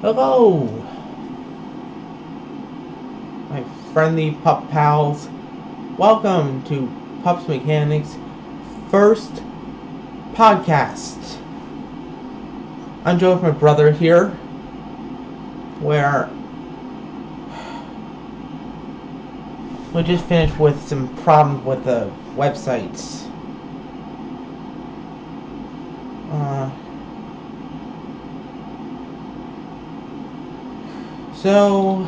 Hello! My friendly pup pals, welcome to Pups Mechanics first podcast. I'm Joe with my brother here, where we just finished with some problems with the websites. Uh, so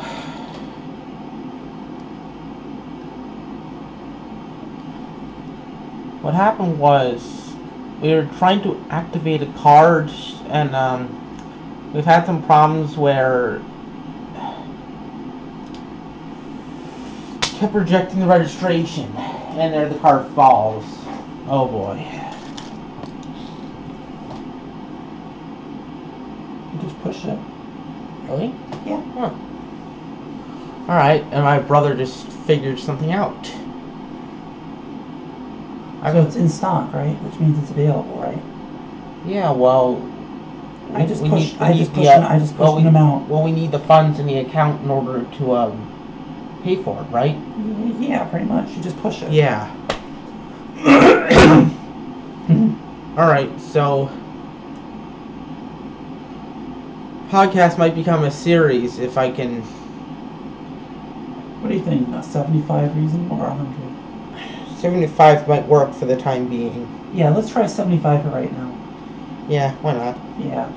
what happened was we were trying to activate a card and um, we've had some problems where kept rejecting the registration and there the card falls oh boy You just push it. really Yeah. Huh. All right, and my brother just figured something out. I So go, it's in stock, right? Which means it's available, right? yeah, well. I just we pushed- we I just the, uh, pushed an- I just well, pushed we- an amount. Well, we need the funds in the account in order to um, pay for it, right? Y- Yeah, pretty much. You just push it. Yeah. All right, so podcast might become a series if I can. What do you think? About 75 reasonable or 100? Seventy-five might work for the time being. Yeah, let's try 75 for right now. Yeah, why not? Yeah.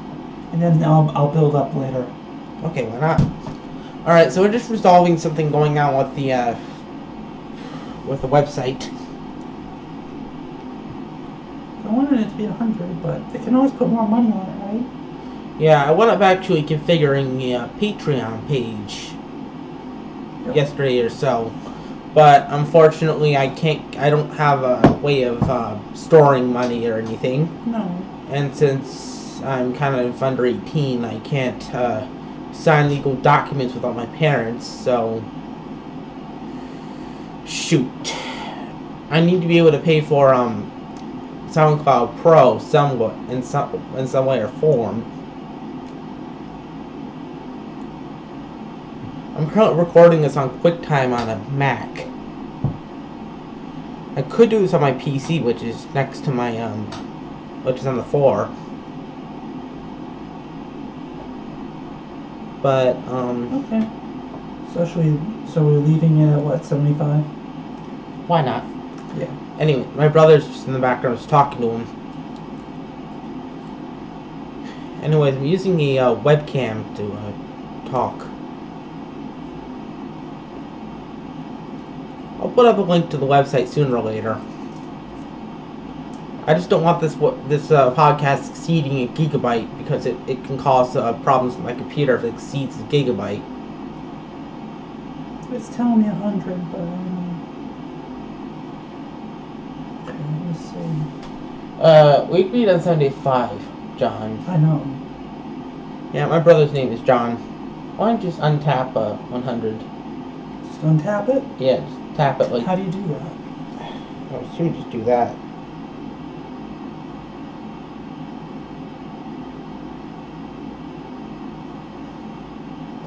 And then I'll, I'll build up later. Okay, why not? All right, so we're just resolving something going on with the uh, with the website. I wanted it to be 100, but they can always put more money on it, right? Yeah, I went up actually configuring the uh, Patreon page Yep. yesterday or so, but unfortunately, I can't. I don't have a way of uh, storing money or anything, No. and since I'm kind of under 18, I can't uh, sign legal documents without my parents. So, shoot, I need to be able to pay for um SoundCloud Pro somewhat in some in some way or form. I'm currently recording this on QuickTime on a Mac. I could do this on my PC, which is next to my um, which is on the floor. But um, Okay. So, should we, so we're leaving it at what, 75? why not? Yeah. Anyway, my brother's just in the background, just talking to him. Anyways, I'm using the uh, webcam to uh, talk. I'll put up a link to the website sooner or later. I just don't want this wo- this uh, podcast exceeding a gigabyte because it, it can cause uh, problems with my computer if it exceeds a gigabyte. It's telling me 100, but I don't know. Okay, let me see. Uh, we agreed on 75, John. I know. Yeah, my brother's name is John. Why don't you just untap uh, 100? Just untap it. Yeah, just tap it like. How do you do that? I assume just do that.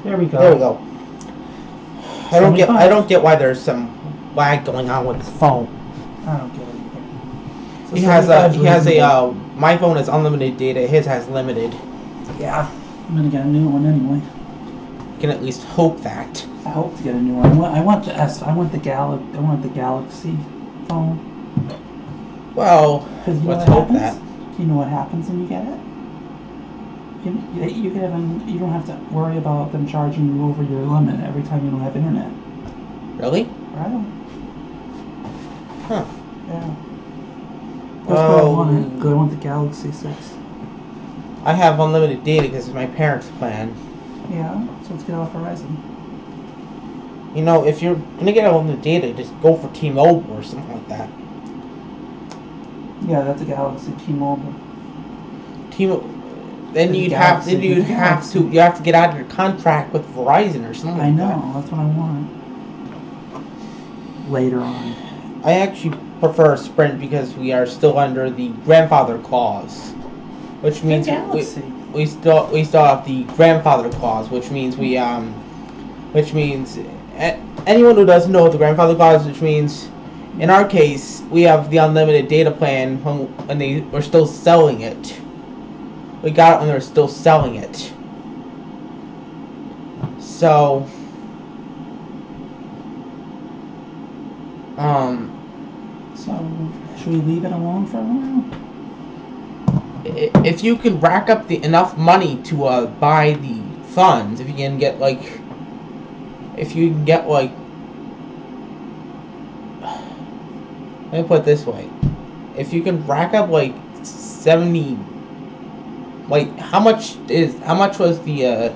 There we go. There we go. I don't get. 75. I don't get why there's some lag going on with his phone. I don't get it either. So He has a. 75 He has a. reasonable. Uh, my phone has unlimited data. His has limited. yeah. I'm gonna get a new one anyway. Can at least hope that. I hope to get a new one. I want, I want the S. I want the Gal. I want the Galaxy phone. Well, Because you know let's what hope happens. that. You know what happens when you get it. You can, you, you can have an, you don't have to worry about them charging you over your limit every time you don't have internet. Really? Right? Huh. Yeah. That's what I Oh. wanted. 'cause I want the Galaxy Six. I have unlimited data because it's my parents' plan. Yeah. So let's get off Verizon. You know, if you're gonna get unlimited data, just go for T-Mobile or something like that. Yeah, that's a Galaxy T-Mobile. T-Mobile. Then Then you'd have. Galaxy. Then you'd have to. You have to get out of your contract with Verizon or something. I like that. know. That's what I want. Later on. I actually prefer Sprint because we are still under the grandfather clause. which means we, Galaxy. we still we still have the grandfather clause, which means we um, which means a- anyone who doesn't know the grandfather clause, which means in our case we have the unlimited data plan when, when they were still selling it. We got it when they were still selling it. So, um. So should we leave it alone for a while? i- if you can rack up the enough money to uh, buy the funds, if you can get like, if you can get like, let me put it this way, if you can rack up like seventy, like how much is how much was the uh,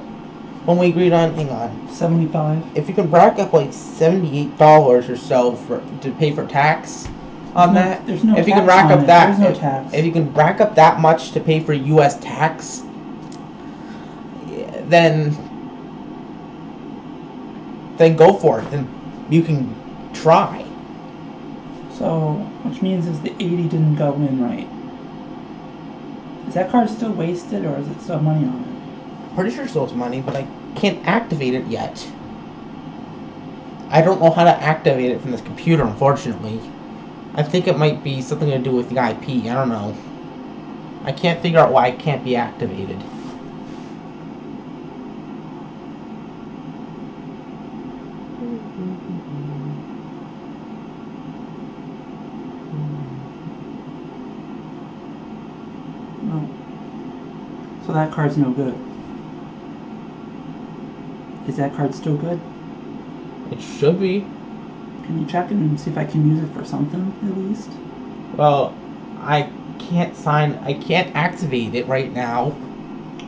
when we agreed on? Hang on, Seventy-five. if you can rack up like seventy-eight dollars or so for to pay for tax on There's no- that, there's no if you can tax rack on up it. that, There's no if, tax. if you can rack up that much to pay for U.S. tax, yeah, then then go for it. Then you can try. So which means is the eighty didn't go in right. Is that card still wasted or is it still money on it? Pretty sure it's those money, but I can't activate it yet. I don't know how to activate it from this computer, unfortunately. I think it might be something to do with the IP. I don't know. I can't figure out why it can't be activated. No. So that card's no good. Is that card still good? It should be. Can you check and see if I can use it for something at least? Well, I can't sign. I can't activate it right now.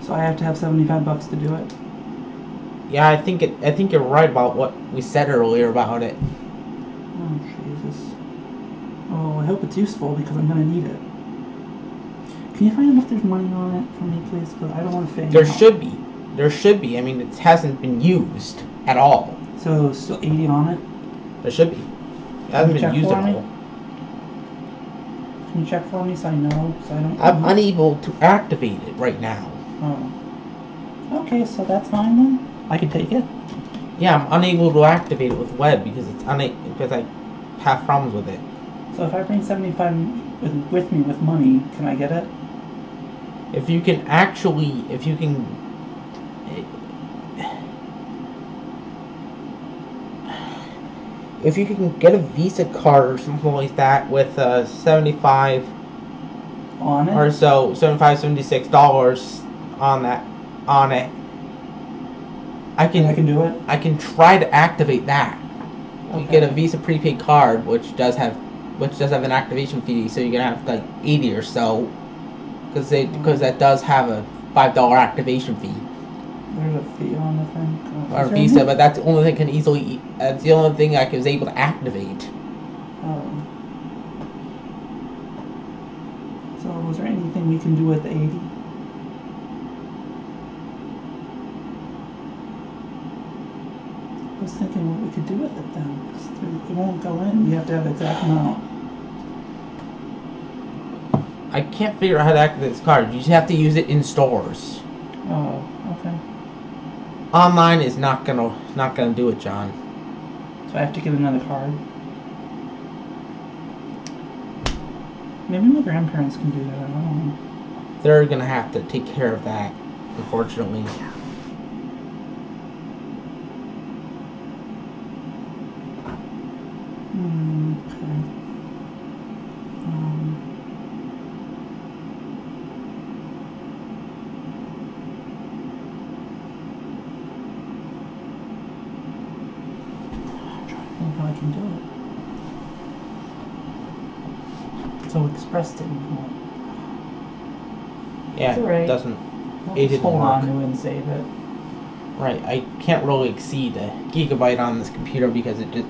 So I have to have seventy-five bucks to do it. Yeah, I think it. I think you're right about what we said earlier about it. Oh Jesus. Oh, I hope it's useful because I'm gonna need it. Can you find out if there's money on it for me, please? Because I don't want to fade. There out. should be. There should be. I mean, it hasn't been used at all. So still eighty on it. There should be. It hasn't Check been used for at me? all. Can you check for me so I know? So I don't. I'm unable to activate it right now. Oh. Okay, so that's fine then. I could take it. Yeah, I'm unable to activate it with web because it's una- because I have problems with it. So if I bring seventy-five with, with me with money, can I get it? If you can actually, if you can, if you can get a Visa card or something like that with uh, 75 On it. or so, 75, 76 dollars on that, on it, I can, And I can do it. I can try to activate that. You Okay. get a Visa prepaid card, which does have, which does have an activation fee, so you're gonna have like eighty or so, because they because that does have a five dollar activation fee There's a fee on the thing. God, or is there Visa, any- but that's the only thing can easily. e, That's the only thing I was able to activate. Oh. So was there anything we can do with the eighty? I was thinking what we could do with it then. 'cause there- It won't go in. You have to have the exact amount. I can't figure out how to activate this card. You just have to use it in stores. Oh, okay. Online is not gonna not gonna do it, John. So I have to get another card. Maybe my grandparents can do that. I don't know. They're gonna have to take care of that, unfortunately. Hmm. Okay. Um. I'm trying to think how I can do it. So Express didn't help. Yeah, It's alright. it doesn't. Well, It just didn't hold work. on to it and save it. Right, I can't really exceed a gigabyte on this computer because it just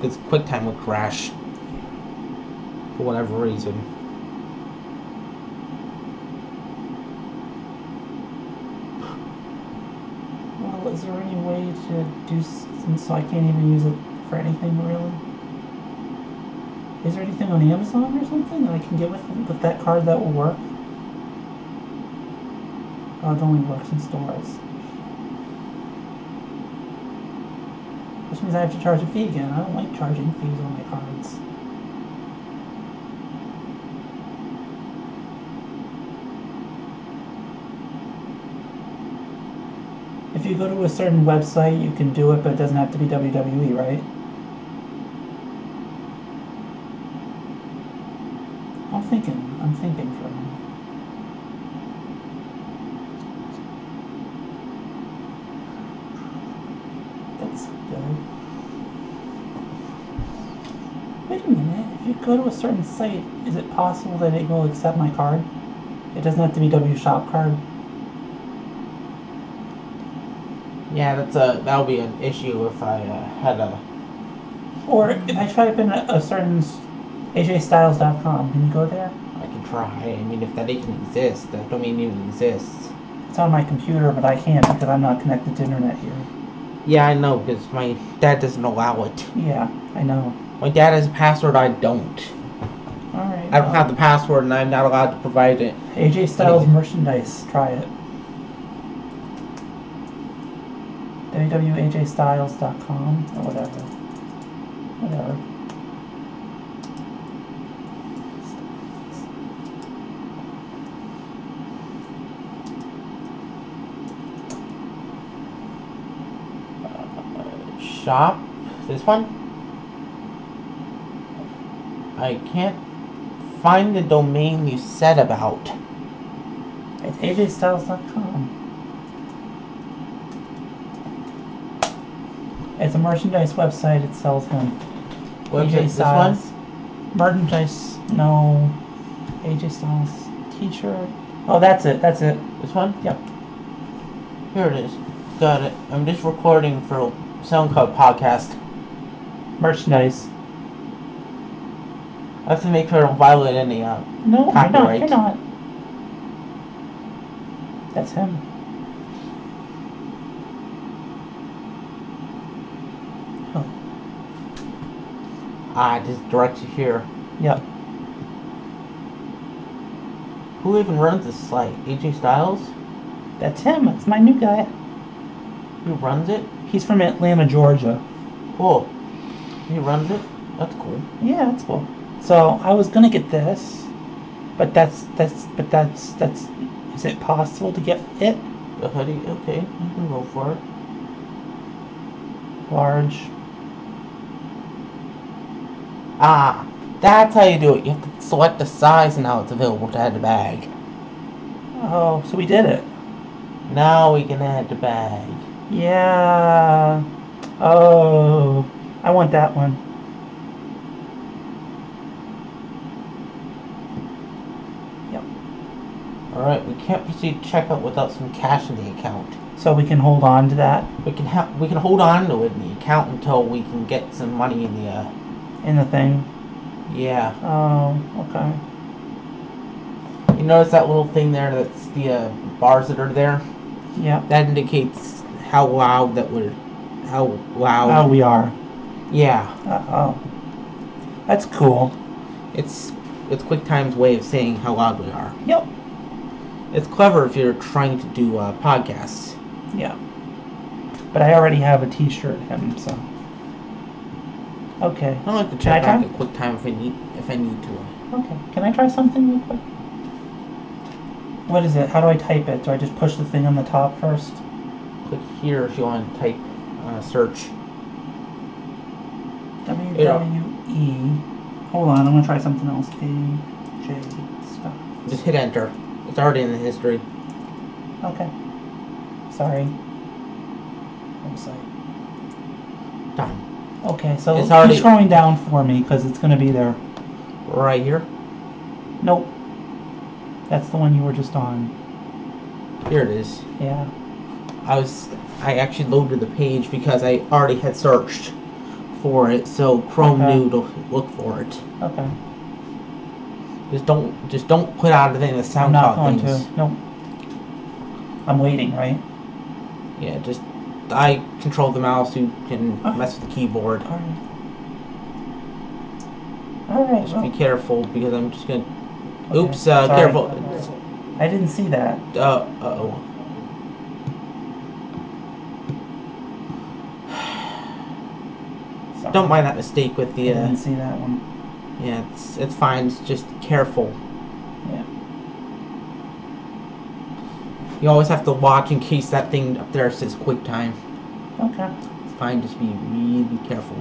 because QuickTime would crash for whatever reason. Well, is there any way to do s- since so I can't even use it for anything really? Is there anything on Amazon or something that I can get with with that card that will work? Oh, it only works in stores. Which means I have to charge a fee again. I don't like charging fees on my cards. If you go to a certain website, you can do it, but it doesn't have to be WWE, right? I'm thinking. I'm thinking for a minute. That's good. Wait a minute. If you go to a certain site, is it possible that it will accept my card? It doesn't have to be W Shop card. Yeah, that's a that would be an issue if I uh, had a. Or if I type in a, a certain s- AJStyles.com, can you go there? I can try. I mean, if that even exists, that domain even exists. It's on my computer, but I can't because I'm not connected to internet here. Yeah, I know because my dad doesn't allow it. Yeah, I know. My dad has a password. I don't. All right. I don't have the password, and I'm not allowed to provide it. AJ uh, Styles Anyway. merchandise. Try it. www.ajstyles.com or whatever. Whatever. Shop. This one. I can't find the domain you said about. It's ajstyles.com. It's a merchandise website. It sells him. Website. AJ This one. Styles. Merchandise. No. AJ Styles t-shirt. Oh, that's it. That's it. This one. Yep. Here it is. Got it. I'm just recording for SoundCloud podcast. Merchandise. I have to make sure I don't violate any. Uh, No, you're not. You're Copyright. not. That's him. Oh, ah, just direct you here. yep. Who even runs this site? AJ Styles? That's him. That's my new guy. He runs it? He's from Atlanta, Georgia. Cool. He runs it? That's cool. Yeah, that's cool. So I was gonna get this, but that's that's but that's that's. Is it possible to get it The hoodie? Okay, I can go for it. large? Ah, that's how you do it. You have to select the size and how it's available to add the bag. Oh, so we did it. Now we can add the bag. Yeah. Oh, I want that one. Yep. Alright, we can't proceed checkout without some cash in the account. So we can hold on to that We can ha- we can hold on to it in the account until we can get some money in the uh in the thing. yeah. Oh, okay. You notice that little thing there that's the uh, bars that are there? Yep. That indicates how loud that would how Oh, loud we are. Yeah. Uh oh. That's cool. It's it's QuickTime's way of saying how loud we are. Yep. It's clever if you're trying to do uh, podcasts. Yeah. But I already have a T-shirt him, so. Okay. I like to Can I check back try? at QuickTime if I need if I need to. Okay. Can I try something real quick? What is it? How do I type it? Do I just push the thing on the top first? Click here if you want to type uh, search. WWE. E, Hold on, I'm gonna try something else. AJ Styles. Just hit enter. It's already in the history. Okay. Sorry. Website. Done. Okay, so It's keep already- scrolling down for me because it's gonna be there. Right here. Nope. That's the one you were just on. Here it is. Yeah. I was I actually loaded the page because I already had searched for it, so Chrome Okay. knew to look for it. Okay. Just don't just don't put out a thing that I'm sounds not going things. to. Nope. I'm waiting, right? Yeah, just I control the mouse. You can Okay. mess with the keyboard. All right. All right. Just well, be careful because I'm just gonna. okay, Oops, uh, sorry. careful. I didn't see that. Uh, uh-oh. Sorry. Don't mind that mistake with I the, uh, didn't see that one. yeah, it's, it's fine. It's just careful. Yeah. You always have to watch in case that thing up there says quick time. Okay. It's fine, just be really careful.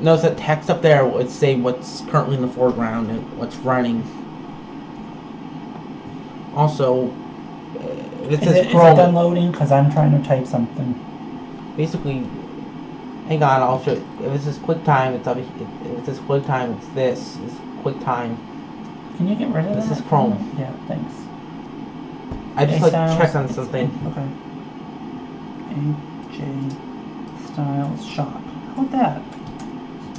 Notice that text up there would say what's currently in the foreground and what's running. Also, uh, if it Is it, says is it Chrome. done loading? Because I'm trying to type something. basically, hang on, I'll show. If it says QuickTime, it's up. If it says QuickTime, it's this. It's QuickTime. Can you get rid of This that? Oh, is Chrome. Yeah, thanks. I just A like Styles- check on something. Okay. AJ Styles Shop. How about that?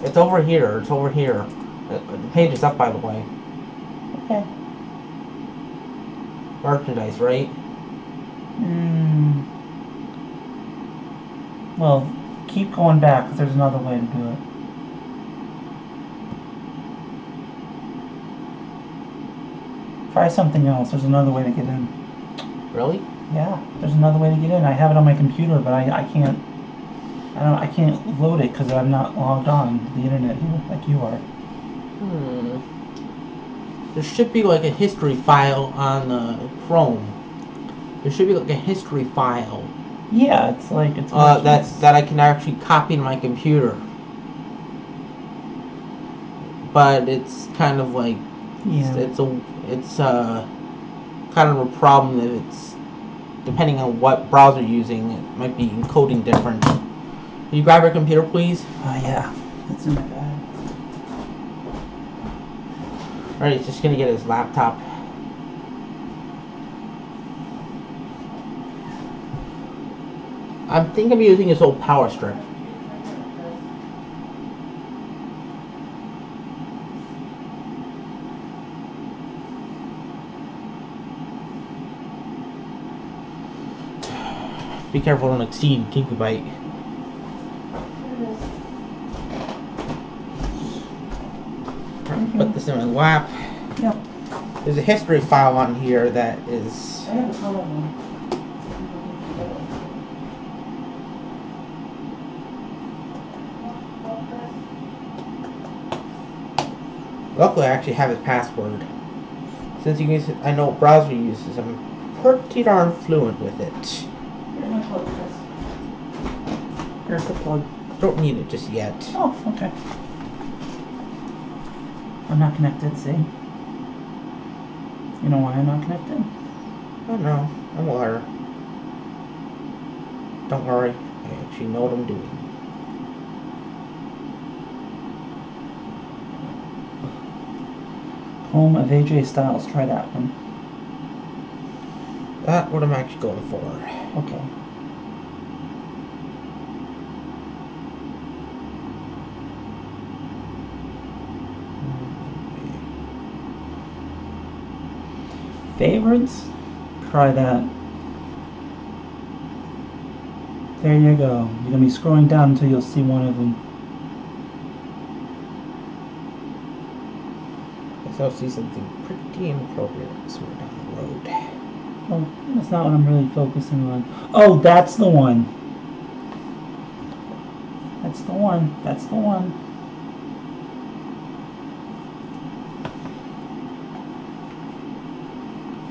It's over here. It's over here. Uh, The page is up, by the way. Okay. Merchandise, right? Mm. Well, keep going back because there's another way to do it. Try something else. There's another way to get in. Really? Yeah, there's another way to get in. I have it on my computer, but I, I can't. I don't. I can't load it because I'm not logged on to the internet here like you are. Hmm. There should be like a history file on uh, Chrome. There should be like a history file Yeah, it's like it's. uh, that merchants. that I can actually copy to my computer. But it's kind of like Yeah. It's, it's a it's uh kind of a problem that it's depending on what browser you're using, it might be encoding different. Can you grab your computer, please? oh yeah, it's in my bag. All right, he's just gonna get his laptop. I'm thinking of using his old power strip. Be careful, don't exceed Kinky Bite. Put this in my lap. Yep. There's a history file on here that is. have a color one. Luckily, I actually have his password. Since you can use, I know what browser he uses. I'm pretty darn fluent with it. Here's my plug, Chris. Here's the plug. Don't need it just yet. Oh, okay. I'm not connected, see? You know why I'm not connected? Oh no, I'm water. Don't worry, I actually know what I'm doing. Home of AJ Styles, try that one. That what I'm actually going for. Okay. Favorites? Try that. There you go. You're gonna be scrolling down until you'll see one of them. Guess I'll see something pretty inappropriate somewhere down the road. Oh, that's not what I'm really focusing on. Oh, that's the one. That's the one. That's the one.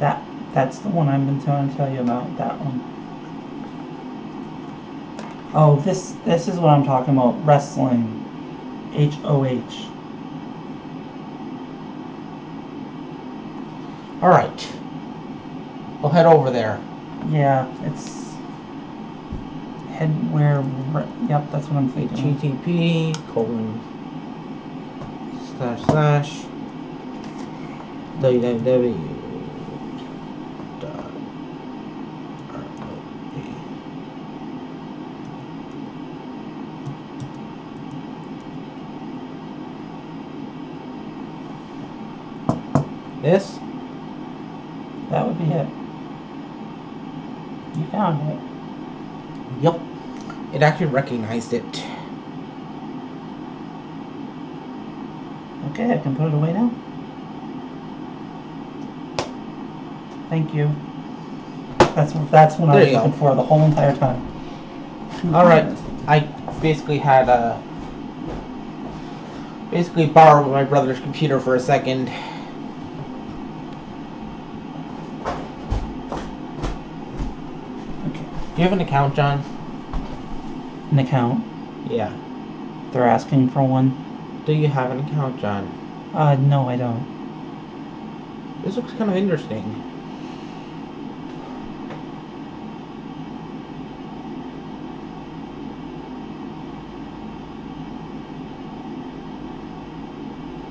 That that's the one I've been trying to tell you about. That one. Oh, this this is what I'm talking about. Wrestling. H O H. All right, I'll head over there. Yeah, it's headwear. Re- yep, that's what I'm thinking. of. HTTP colon slash slash www dot RLA. This? That would be it. You found it. Yep. It actually recognized it. Okay, I can put it away now. Thank you. That's that's what I There was you go. looking for the whole entire time. All right, I basically had a basically borrowed my brother's computer for a second. Okay. Do you have an account, John? An account. Yeah. They're asking for one. Do you have an account, John? Uh, no, I don't. This looks kind of interesting.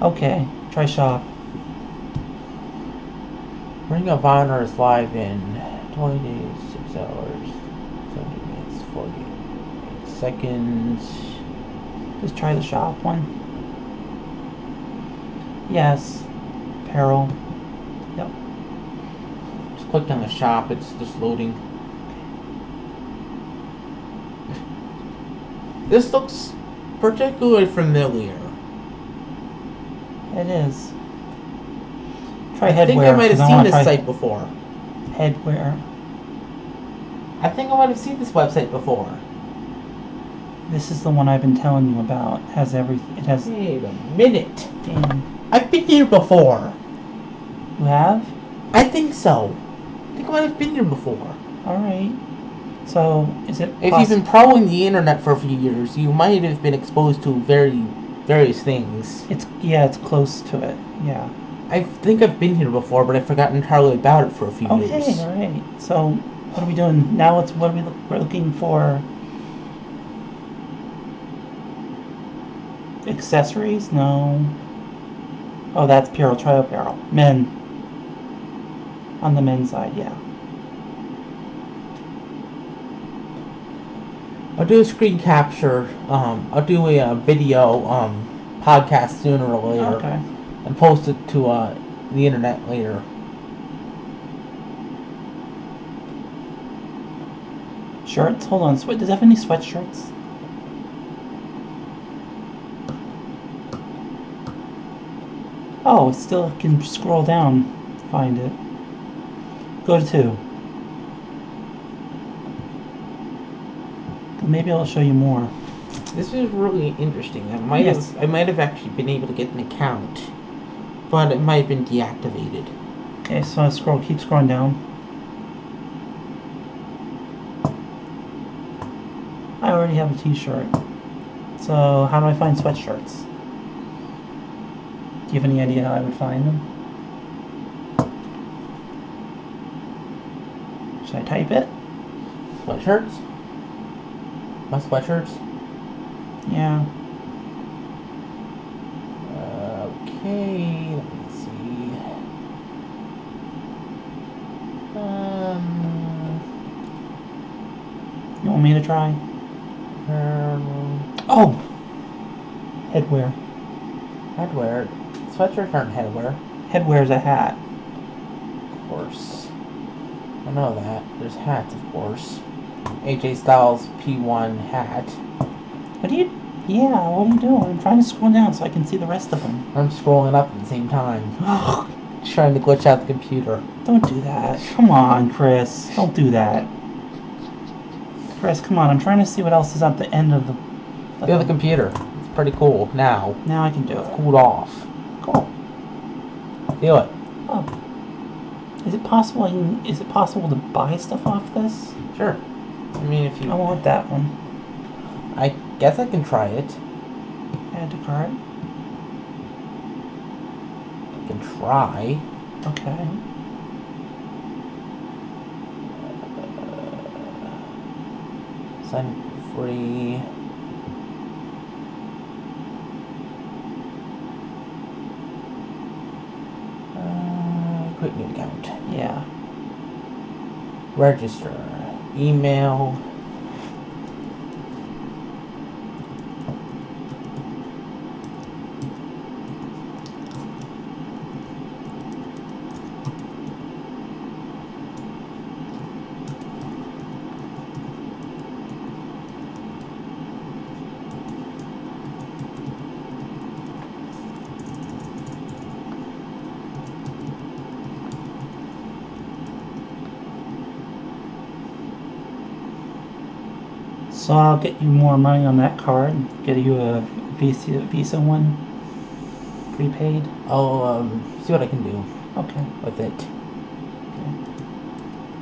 Okay. Try shop. Ring of Honor is live in 20 days, 6 hours, 70 minutes, 48 seconds. Just try the shop one. Yes. Peril. Yep. Just clicked on the shop, it's just loading. This looks particularly familiar. It is. Try headwear. I think I might 'cause have seen wanna this try site before. Headwear. I think I might have seen this website before. This is the one I've been telling you about. Has everything. It has. Wait a minute. Damn. I've been here before. You have? I think so. I think I might have been here before. All right. So is it? If poss- you've been prowling the internet for a few years, you might have been exposed to very various things. It's yeah. It's close to it. Yeah. I think I've been here before, but I forgot entirely about it for a few Okay. years. All right. So what are we doing now? It's what are we look, we're looking for? Accessories? No. Oh, that's apparel. Try apparel. Men. On the men's side, yeah. I'll do a screen capture. Um, I'll do a, uh video um, podcast sooner or later, Okay. and post it to uh, the internet later. Shirts. Hold on. Sweat. Does it have any sweatshirts? Oh, it still can scroll down, find it. Go to two. 'Cause Maybe I'll show you more. This is really interesting. I might Yes. have, I might have actually been able to get an account, but it might have been deactivated. Okay, so I scroll. Keep scrolling down. I already have a T-shirt. So how do I find sweatshirts? Do you have any idea how I would find them? Should I type it? Sweatshirts? My sweatshirts? Yeah. Uh, okay, let me see. Um, You want me to try? um, Oh. Headwear. headwear. Sweatshirts aren't headwear. Headwear's a hat. course. I know that. There's hats, of course. AJ Styles P1 hat. What are you? Yeah. What are you doing? I'm trying to scroll down so I can see the rest of them. I'm scrolling up at the same time, trying to glitch out the computer. Don't do that. Come on, Chris. Don't do that. Chris, come on. I'm trying to see what else is at the end of the. The other computer. It's pretty cool now. now I can do It's it. cooled off. Cool. Feel it. Oh. Is it possible? I can, is it possible to buy stuff off this? Sure. I mean, if I you. want that one. I guess I can try it. Add to cart. I can try. Okay. Sign up for free. Uh, create new account. Yeah. Register. Email. So I'll get you more money on that card. Get you a Visa, Visa one, prepaid. I'll um, see what I can do Okay. with it. Okay.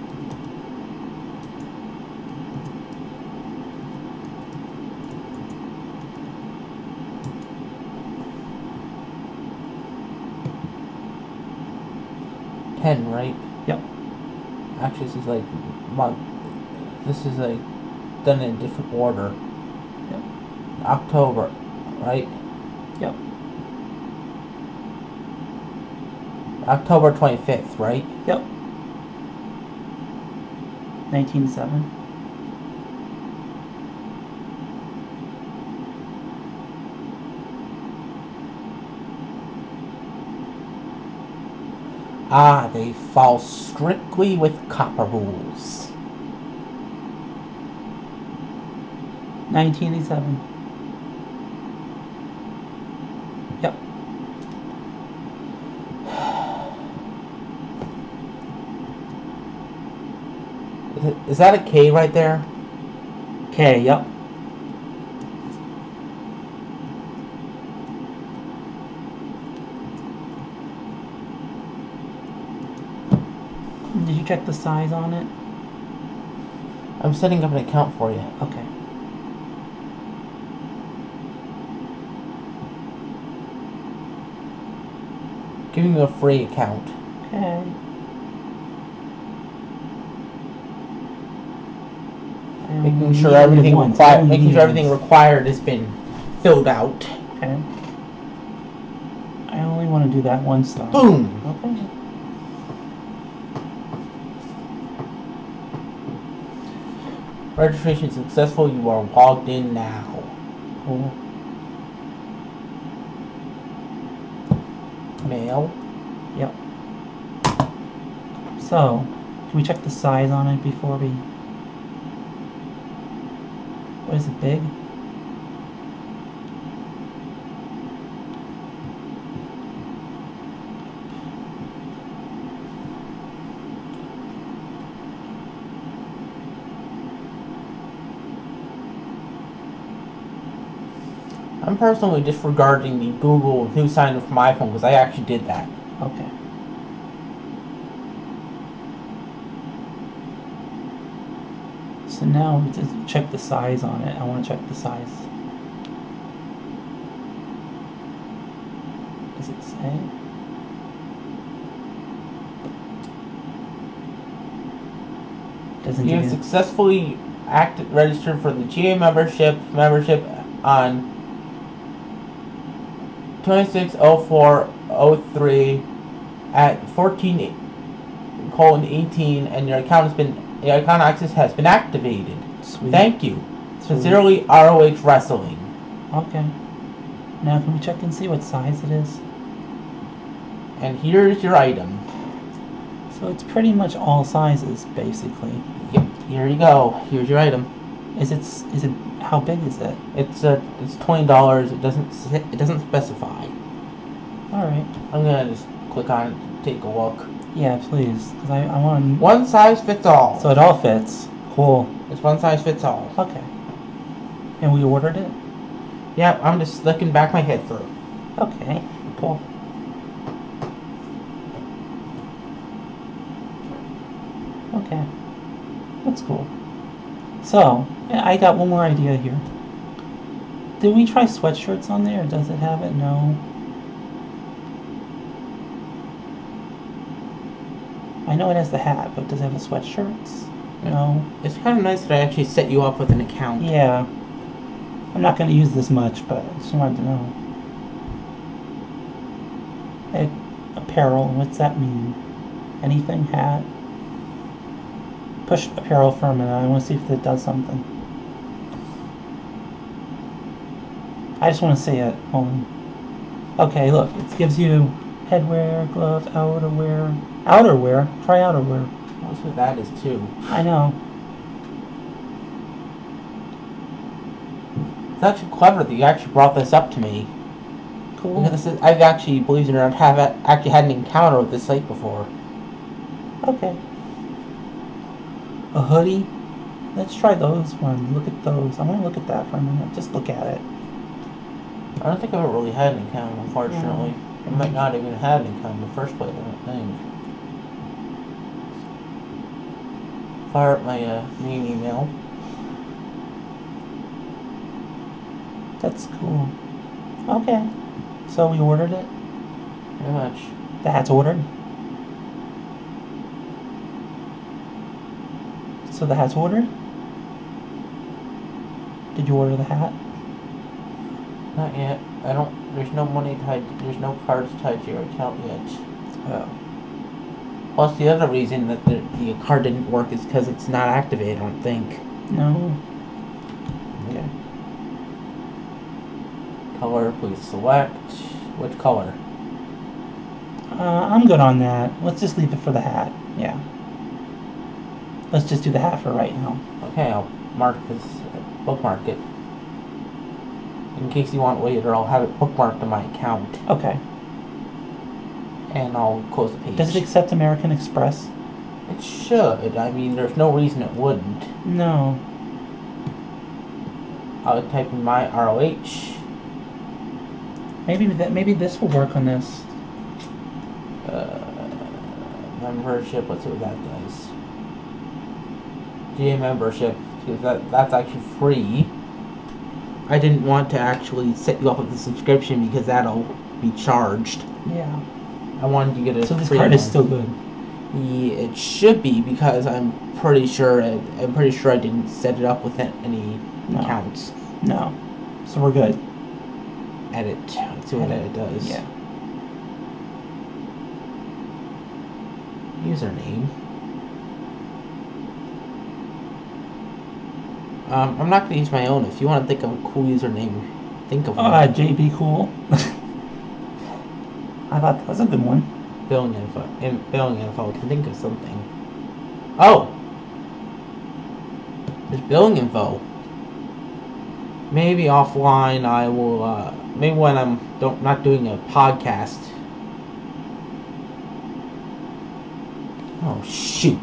Ten, right? Yep. Actually, this is like month. This is like done in a different order. Yep. October, right? Yep. October twenty fifth, right? Yep. Nineteen seven. Ah, they fall strictly with copper rules. 1987. Yep. Is, it, is that a K right there? K, yep. Did you check the size on it? I'm setting up an account for you. Okay. Giving you a free account. Okay. I Making only sure need everything once. I required. only Making need sure everything once. required has been filled out. Okay. I only want to do that once though. Boom. Okay. Registration successful. You are logged in now. Cool. Mail. Yep. So, can we check the size on it before we? What is it big? I'm personally disregarding the Google new sign up for my iPhone because I actually did that. Okay. So now we just check the size on it. I want to check the size. Does it say? Doesn't You give have you. successfully act- registered for the GA membership membership on 260403 at 14 colon 18 and your account has been your account access has been activated. Sweet. Thank you. Sweet. Sincerely ROH Wrestling. Okay. Now can we check and see what size it is? And here's your item. So it's pretty much all sizes basically. Yep, here you go. Here's your item. Is it s- is it how big is it? It's uh, it's twenty dollars. It doesn't s- it doesn't specify. All right. I'm gonna just click on it to take a look. Yeah, please, because I, I want One size fits all. so it all fits. Cool. It's one size fits all. Okay. And we ordered it. Yep, I'm just looking back my head through. Okay. Cool. Okay. That's cool. So yeah, I got one more idea here. Did we try sweatshirts on there? Does it have it? No. I know it has the hat, but does it have the sweatshirts? No. It's kind of nice that I actually set you up with an account. Yeah. I'm not going to use this much, but I just wanted to know. A- apparel, what's that mean? Anything? Hat? Push apparel for a minute. I want to see if it does something. I just want to see it. Hold on. Okay, look. It gives you headwear, gloves, outerwear. Outerwear? Try outerwear. That's what that is too. I know. It's actually clever that you actually brought this up to me. Cool. Because this is, I've actually, believe it or not, have a- actually had an encounter with this site before. Okay. A hoodie? Let's try those ones. Look at those. I want to look at that for a minute. Just look at it. I don't think I ever really had any kind, unfortunately. I might not even had any kind in the first place, I don't think. Fire up my uh, mean email. That's cool. Okay. So we ordered it. Pretty much. That's ordered. So the hat's ordered? Did you order the hat? Not yet. I don't. There's no money tied. There's no cards tied to your account yet. Oh. Plus, the other reason that the, the card didn't work is because it's not activated. I don't think. No. Okay. Color, please select. Which color? Uh, I'm good on that. Let's just leave it for the hat. Yeah. Let's just do the hat for right now. Okay, I'll mark this uh, bookmark it. In case you want it later, I'll have it bookmarked on my account, Okay. and I'll close the page. Does it accept American Express? It should. I mean, there's no reason it wouldn't. No. I would type in my ROH. Maybe that. Maybe this will work on this. Uh, membership. Let's see what that does. GA membership because that that's actually free. I didn't want to actually set you up with a subscription because that'll be charged. Yeah. I wanted you to get a So this free card is one. still good. Yeah, it should be because I'm pretty sure it, I'm pretty sure I didn't set it up with a- any No. accounts. No. So we're good. Edit. Let's see what Edit. edit does. Yeah. Username. Um, I'm not gonna use my own. If you want to think of a cool username, think of one. Uh, JB Cool. I thought that was a good one. Failing info, in, failing info can think of something. Oh, there's billing info. Maybe offline I will. Uh, maybe when I'm don't not doing a podcast. Oh shoot!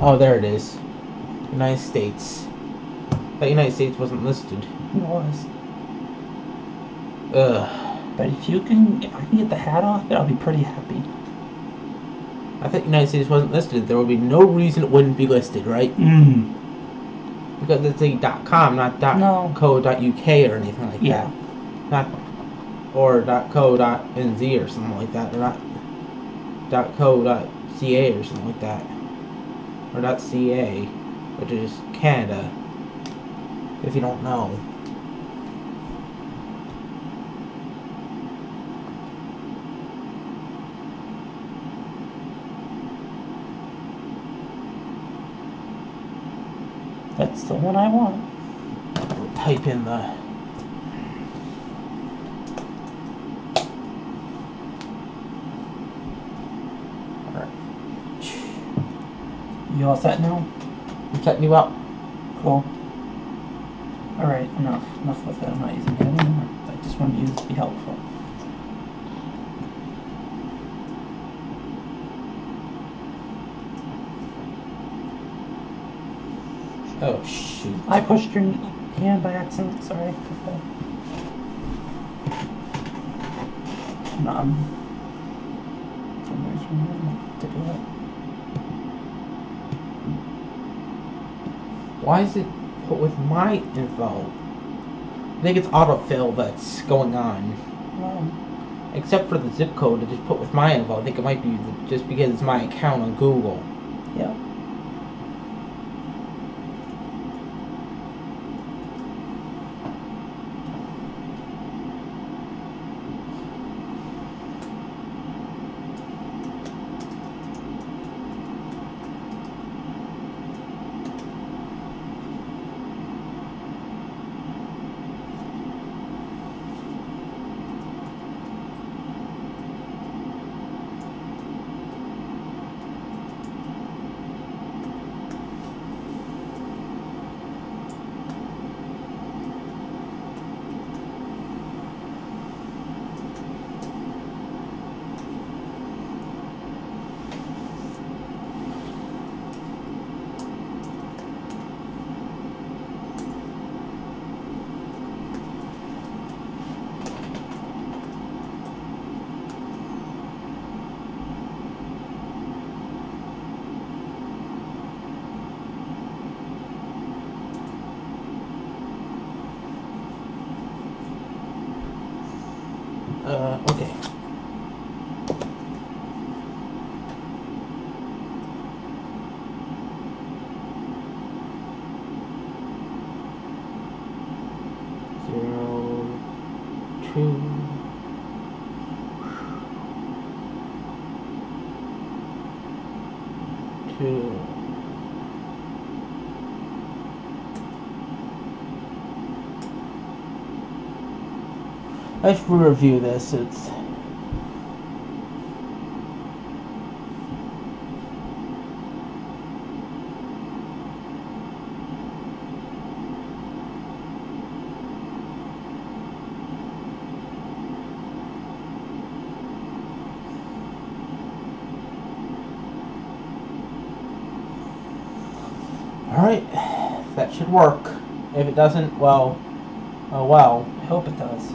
Oh, there it is. United States. That United States wasn't listed. It was. Ugh. But if you can, if I can get the hat off it, I'll be pretty happy. I thought United States wasn't listed. There would be no reason it wouldn't be listed, right? Mm. Because it's a .com, not dot No. .co dot .uk or anything like Yeah. that. Not or dot .co dot .nz or something like that. Or not dot .co dot .ca or something like that. Or dot .ca, which is Canada. If you don't know. That's the one I want. We'll type in the Alright. You all set now? I'm setting you up. Cool. All right. Enough. Enough with that. I'm not using that anymore. I just want to use it to be helpful. Oh shoot. I pushed your hand by accident. Sorry. Okay. Numb. Fingers were numb to do it. Why is it put with my info? I think it's autofill that's going on. Wow. Except for the zip code, it just put with my info. I think it might be the, just because it's my account on Google. Yep. Uh, okay. Zero, two. Two. Let's review this. It's Alright, that should work. If it doesn't, well, oh well. I hope it does.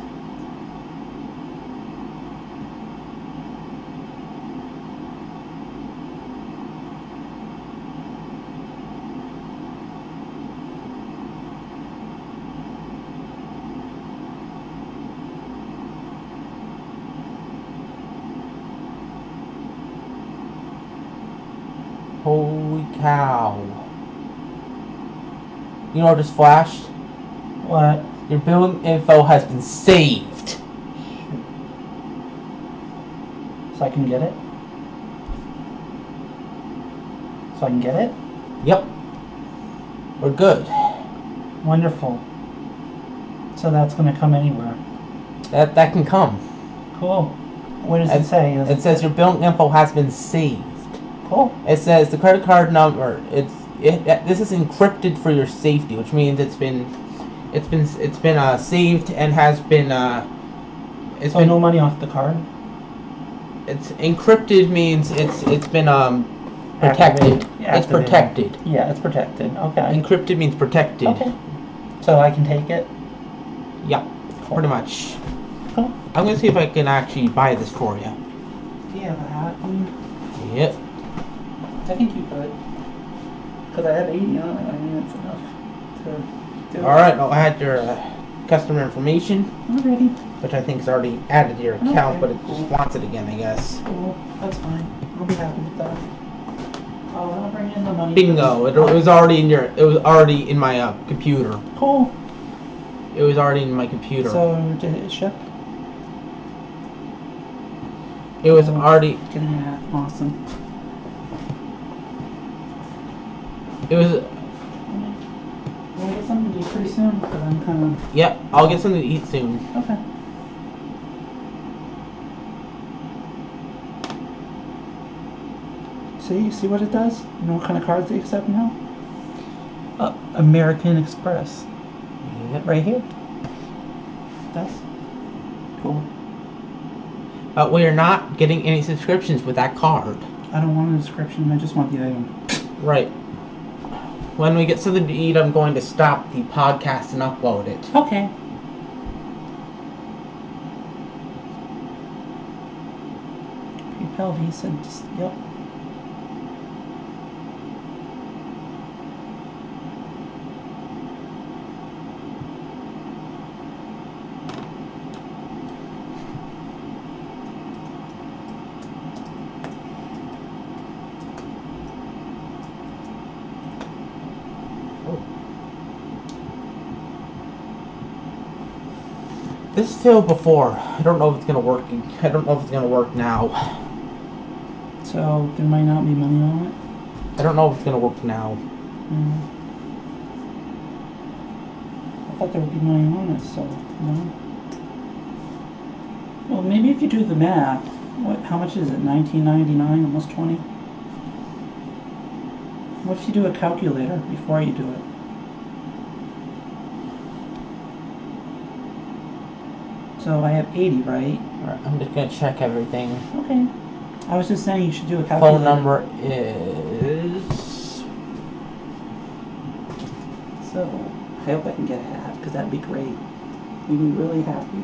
Holy cow. You know what just flashed? What? Your building info has been saved. Shoot. So I can get it? So I can get it? Yep. We're good. Wonderful. So that's going to come anywhere. That that can come. Cool. What does it And- say? Does It says your building info has been saved. cool. It says the credit card number. It's it, that- this is encrypted for your safety, which means it's been it's been it's been uh, saved and has been uh it's So been no money off the card? it's encrypted means it's it's been um protected. Activated. It's Activated. protected. Yeah, it's protected. Okay. Encrypted means protected. Okay. So I can take it? Yeah, pretty much. Cool. I'm gonna see if I can actually buy this for you. Do you have a hat? Yep. I think you could. Because I have 80 on it. I mean, it's enough to do All right. I'll add your uh, customer information, Already. which I think is already added to your account, Okay, but it cool. just wants it again, I guess. Cool. That's fine. I'll be happy with that. Oh, and I'll bring in the money. Bingo! It, it was already in your. It was already in my uh, computer. Cool. It was already in my computer. So, did it ship? it was um, already. Getting a hat. Awesome. It was. Mm, Well, I get something to do pretty soon because I'm kind of. Yep. I'll get something to eat soon. Okay. See, see what it does? You know what kind of cards they accept now? Uh, American Express. Yep. Right here. That's cool. But we are not getting any subscriptions with that card. I don't want a description. I just want the item. Right. When we get something to eat, I'm going to stop the podcast and upload it. Okay. PayPal, Visa, just, yep. Oh. This failed before. I don't know if it's gonna work. I don't know if it's gonna work now. So there might not be money on it. I don't know if it's gonna work now. Mm. I thought there would be money on it, so no. Well, maybe if you do the math, what? How much is it? Nineteen ninety nine, almost twenty. What if you do a calculator before you do it? So I have eighty, right? Alright, I'm just gonna check everything. Okay. I was just saying you should do a calculator. Phone number is. So I hope I can get a hat because that'd be great. We'd be really happy.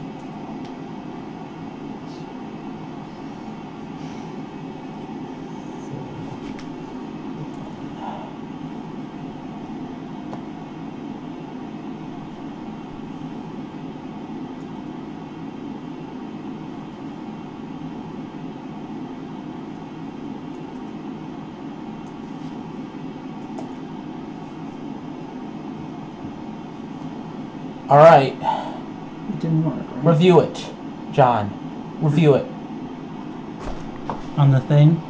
All right. It didn't work, right? Review it, John. Review it. on the thing.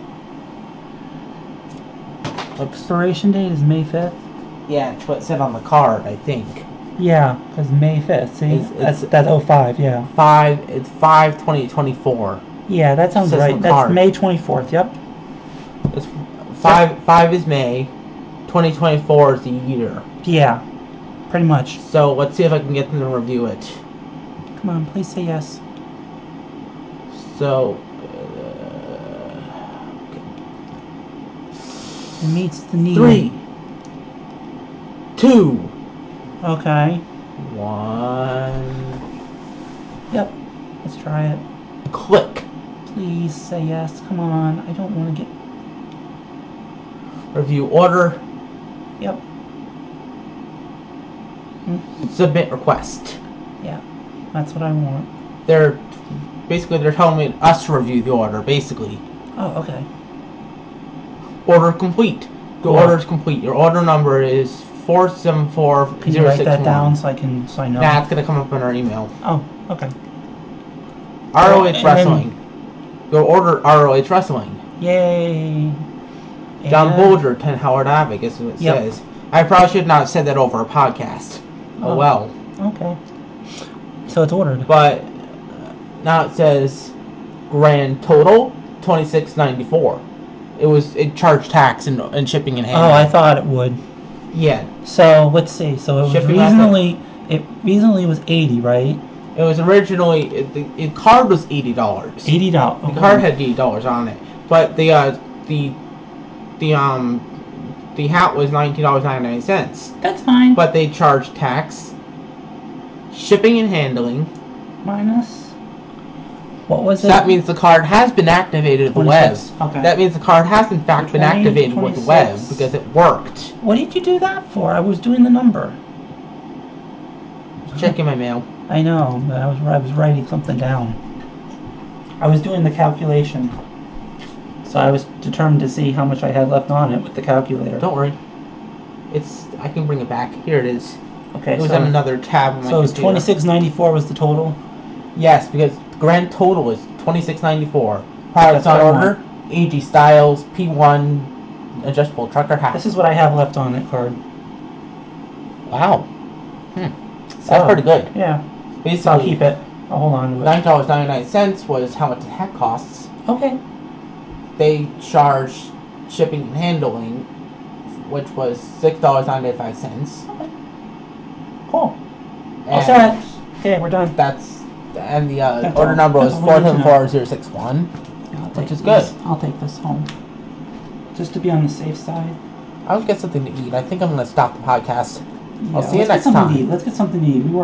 Expiration date is May 5th. Yeah, it's what it said on the card, I think. Yeah, because May 5th. See, It's- that's, it's- that's 05, yeah. Five. It's five twenty twenty four. Yeah, that sounds Says right. the That's card. May 24th, yep. It's five. Five is May. Twenty twenty four is the year. Yeah, pretty much. So let's see if I can get them to review it. Come on, please say yes. So. Uh, It meets the need. three, two, Okay. one. Yep. Let's try it. Click. Please say yes. Come on. I don't want to get. Review order. Yep. Submit request. Yeah. That's what I want. They're basically they're telling me us to review the order. Basically, Oh, okay. order complete. The Yeah. order is complete. Your order number is four seven four Can you zero write six that one. down so I can so I know? Nah, it's gonna come up in our email. Oh, okay. ROH and then- Wrestling. Your order ROH Wrestling. Yay. John And- Bolger, 10 Howard Ave, guess what it Yep. says. I probably should not have said that over a podcast. Oh. oh well. Okay. So it's ordered. but uh, now it says grand total twenty six ninety four. It was it charged tax and, and shipping and handling. Oh, I thought it would. yeah. So let's see. So it was Shipping last night. reasonably it reasonably was eighty, right? It was originally it, the, the card was eighty dollars. Eighty dollars. The card had eighty dollars on it, but the uh, the the um the hat was nineteen dollars ninety nine cents. That's fine. But they charged tax, shipping and handling. minus. What was So it? that means the card has been activated with the web. 26, okay. That means the card has in fact been 20, activated with the web 26. because it worked. What did you do that for? I was doing the number. Mm-hmm. Checking my mail. I know, but I was I was writing something down. I was doing the calculation. So I was determined to see how much I had left on it with the calculator. Don't worry. It's I can bring it back. Here it is. okay, It was so, on another tab on my so it was computer. twenty six ninety four was the total. Yes, because the grand total is twenty six ninety four. Products That's on what I order, AG Styles, P one adjustable trucker hat. This is what I have left on that card. Wow. Hmm. So, That's pretty good. Yeah. So I'll Basically keep it. I'll hold on to it. nine dollars ninety nine cents was how much the hat costs. Okay. They charged shipping and handling, which was six dollars ninety five cents. Cool. All set. Okay, we're done. That's and the uh, That's order all- number was that's all we four need to seven know. four zero six one. I'll Which take is good. this- I'll take this home. Just to be on the safe side. I'll get something to eat. I think I'm gonna stop the podcast. Yeah, I'll see you let's get next something time. To eat. Let's get something to eat. We work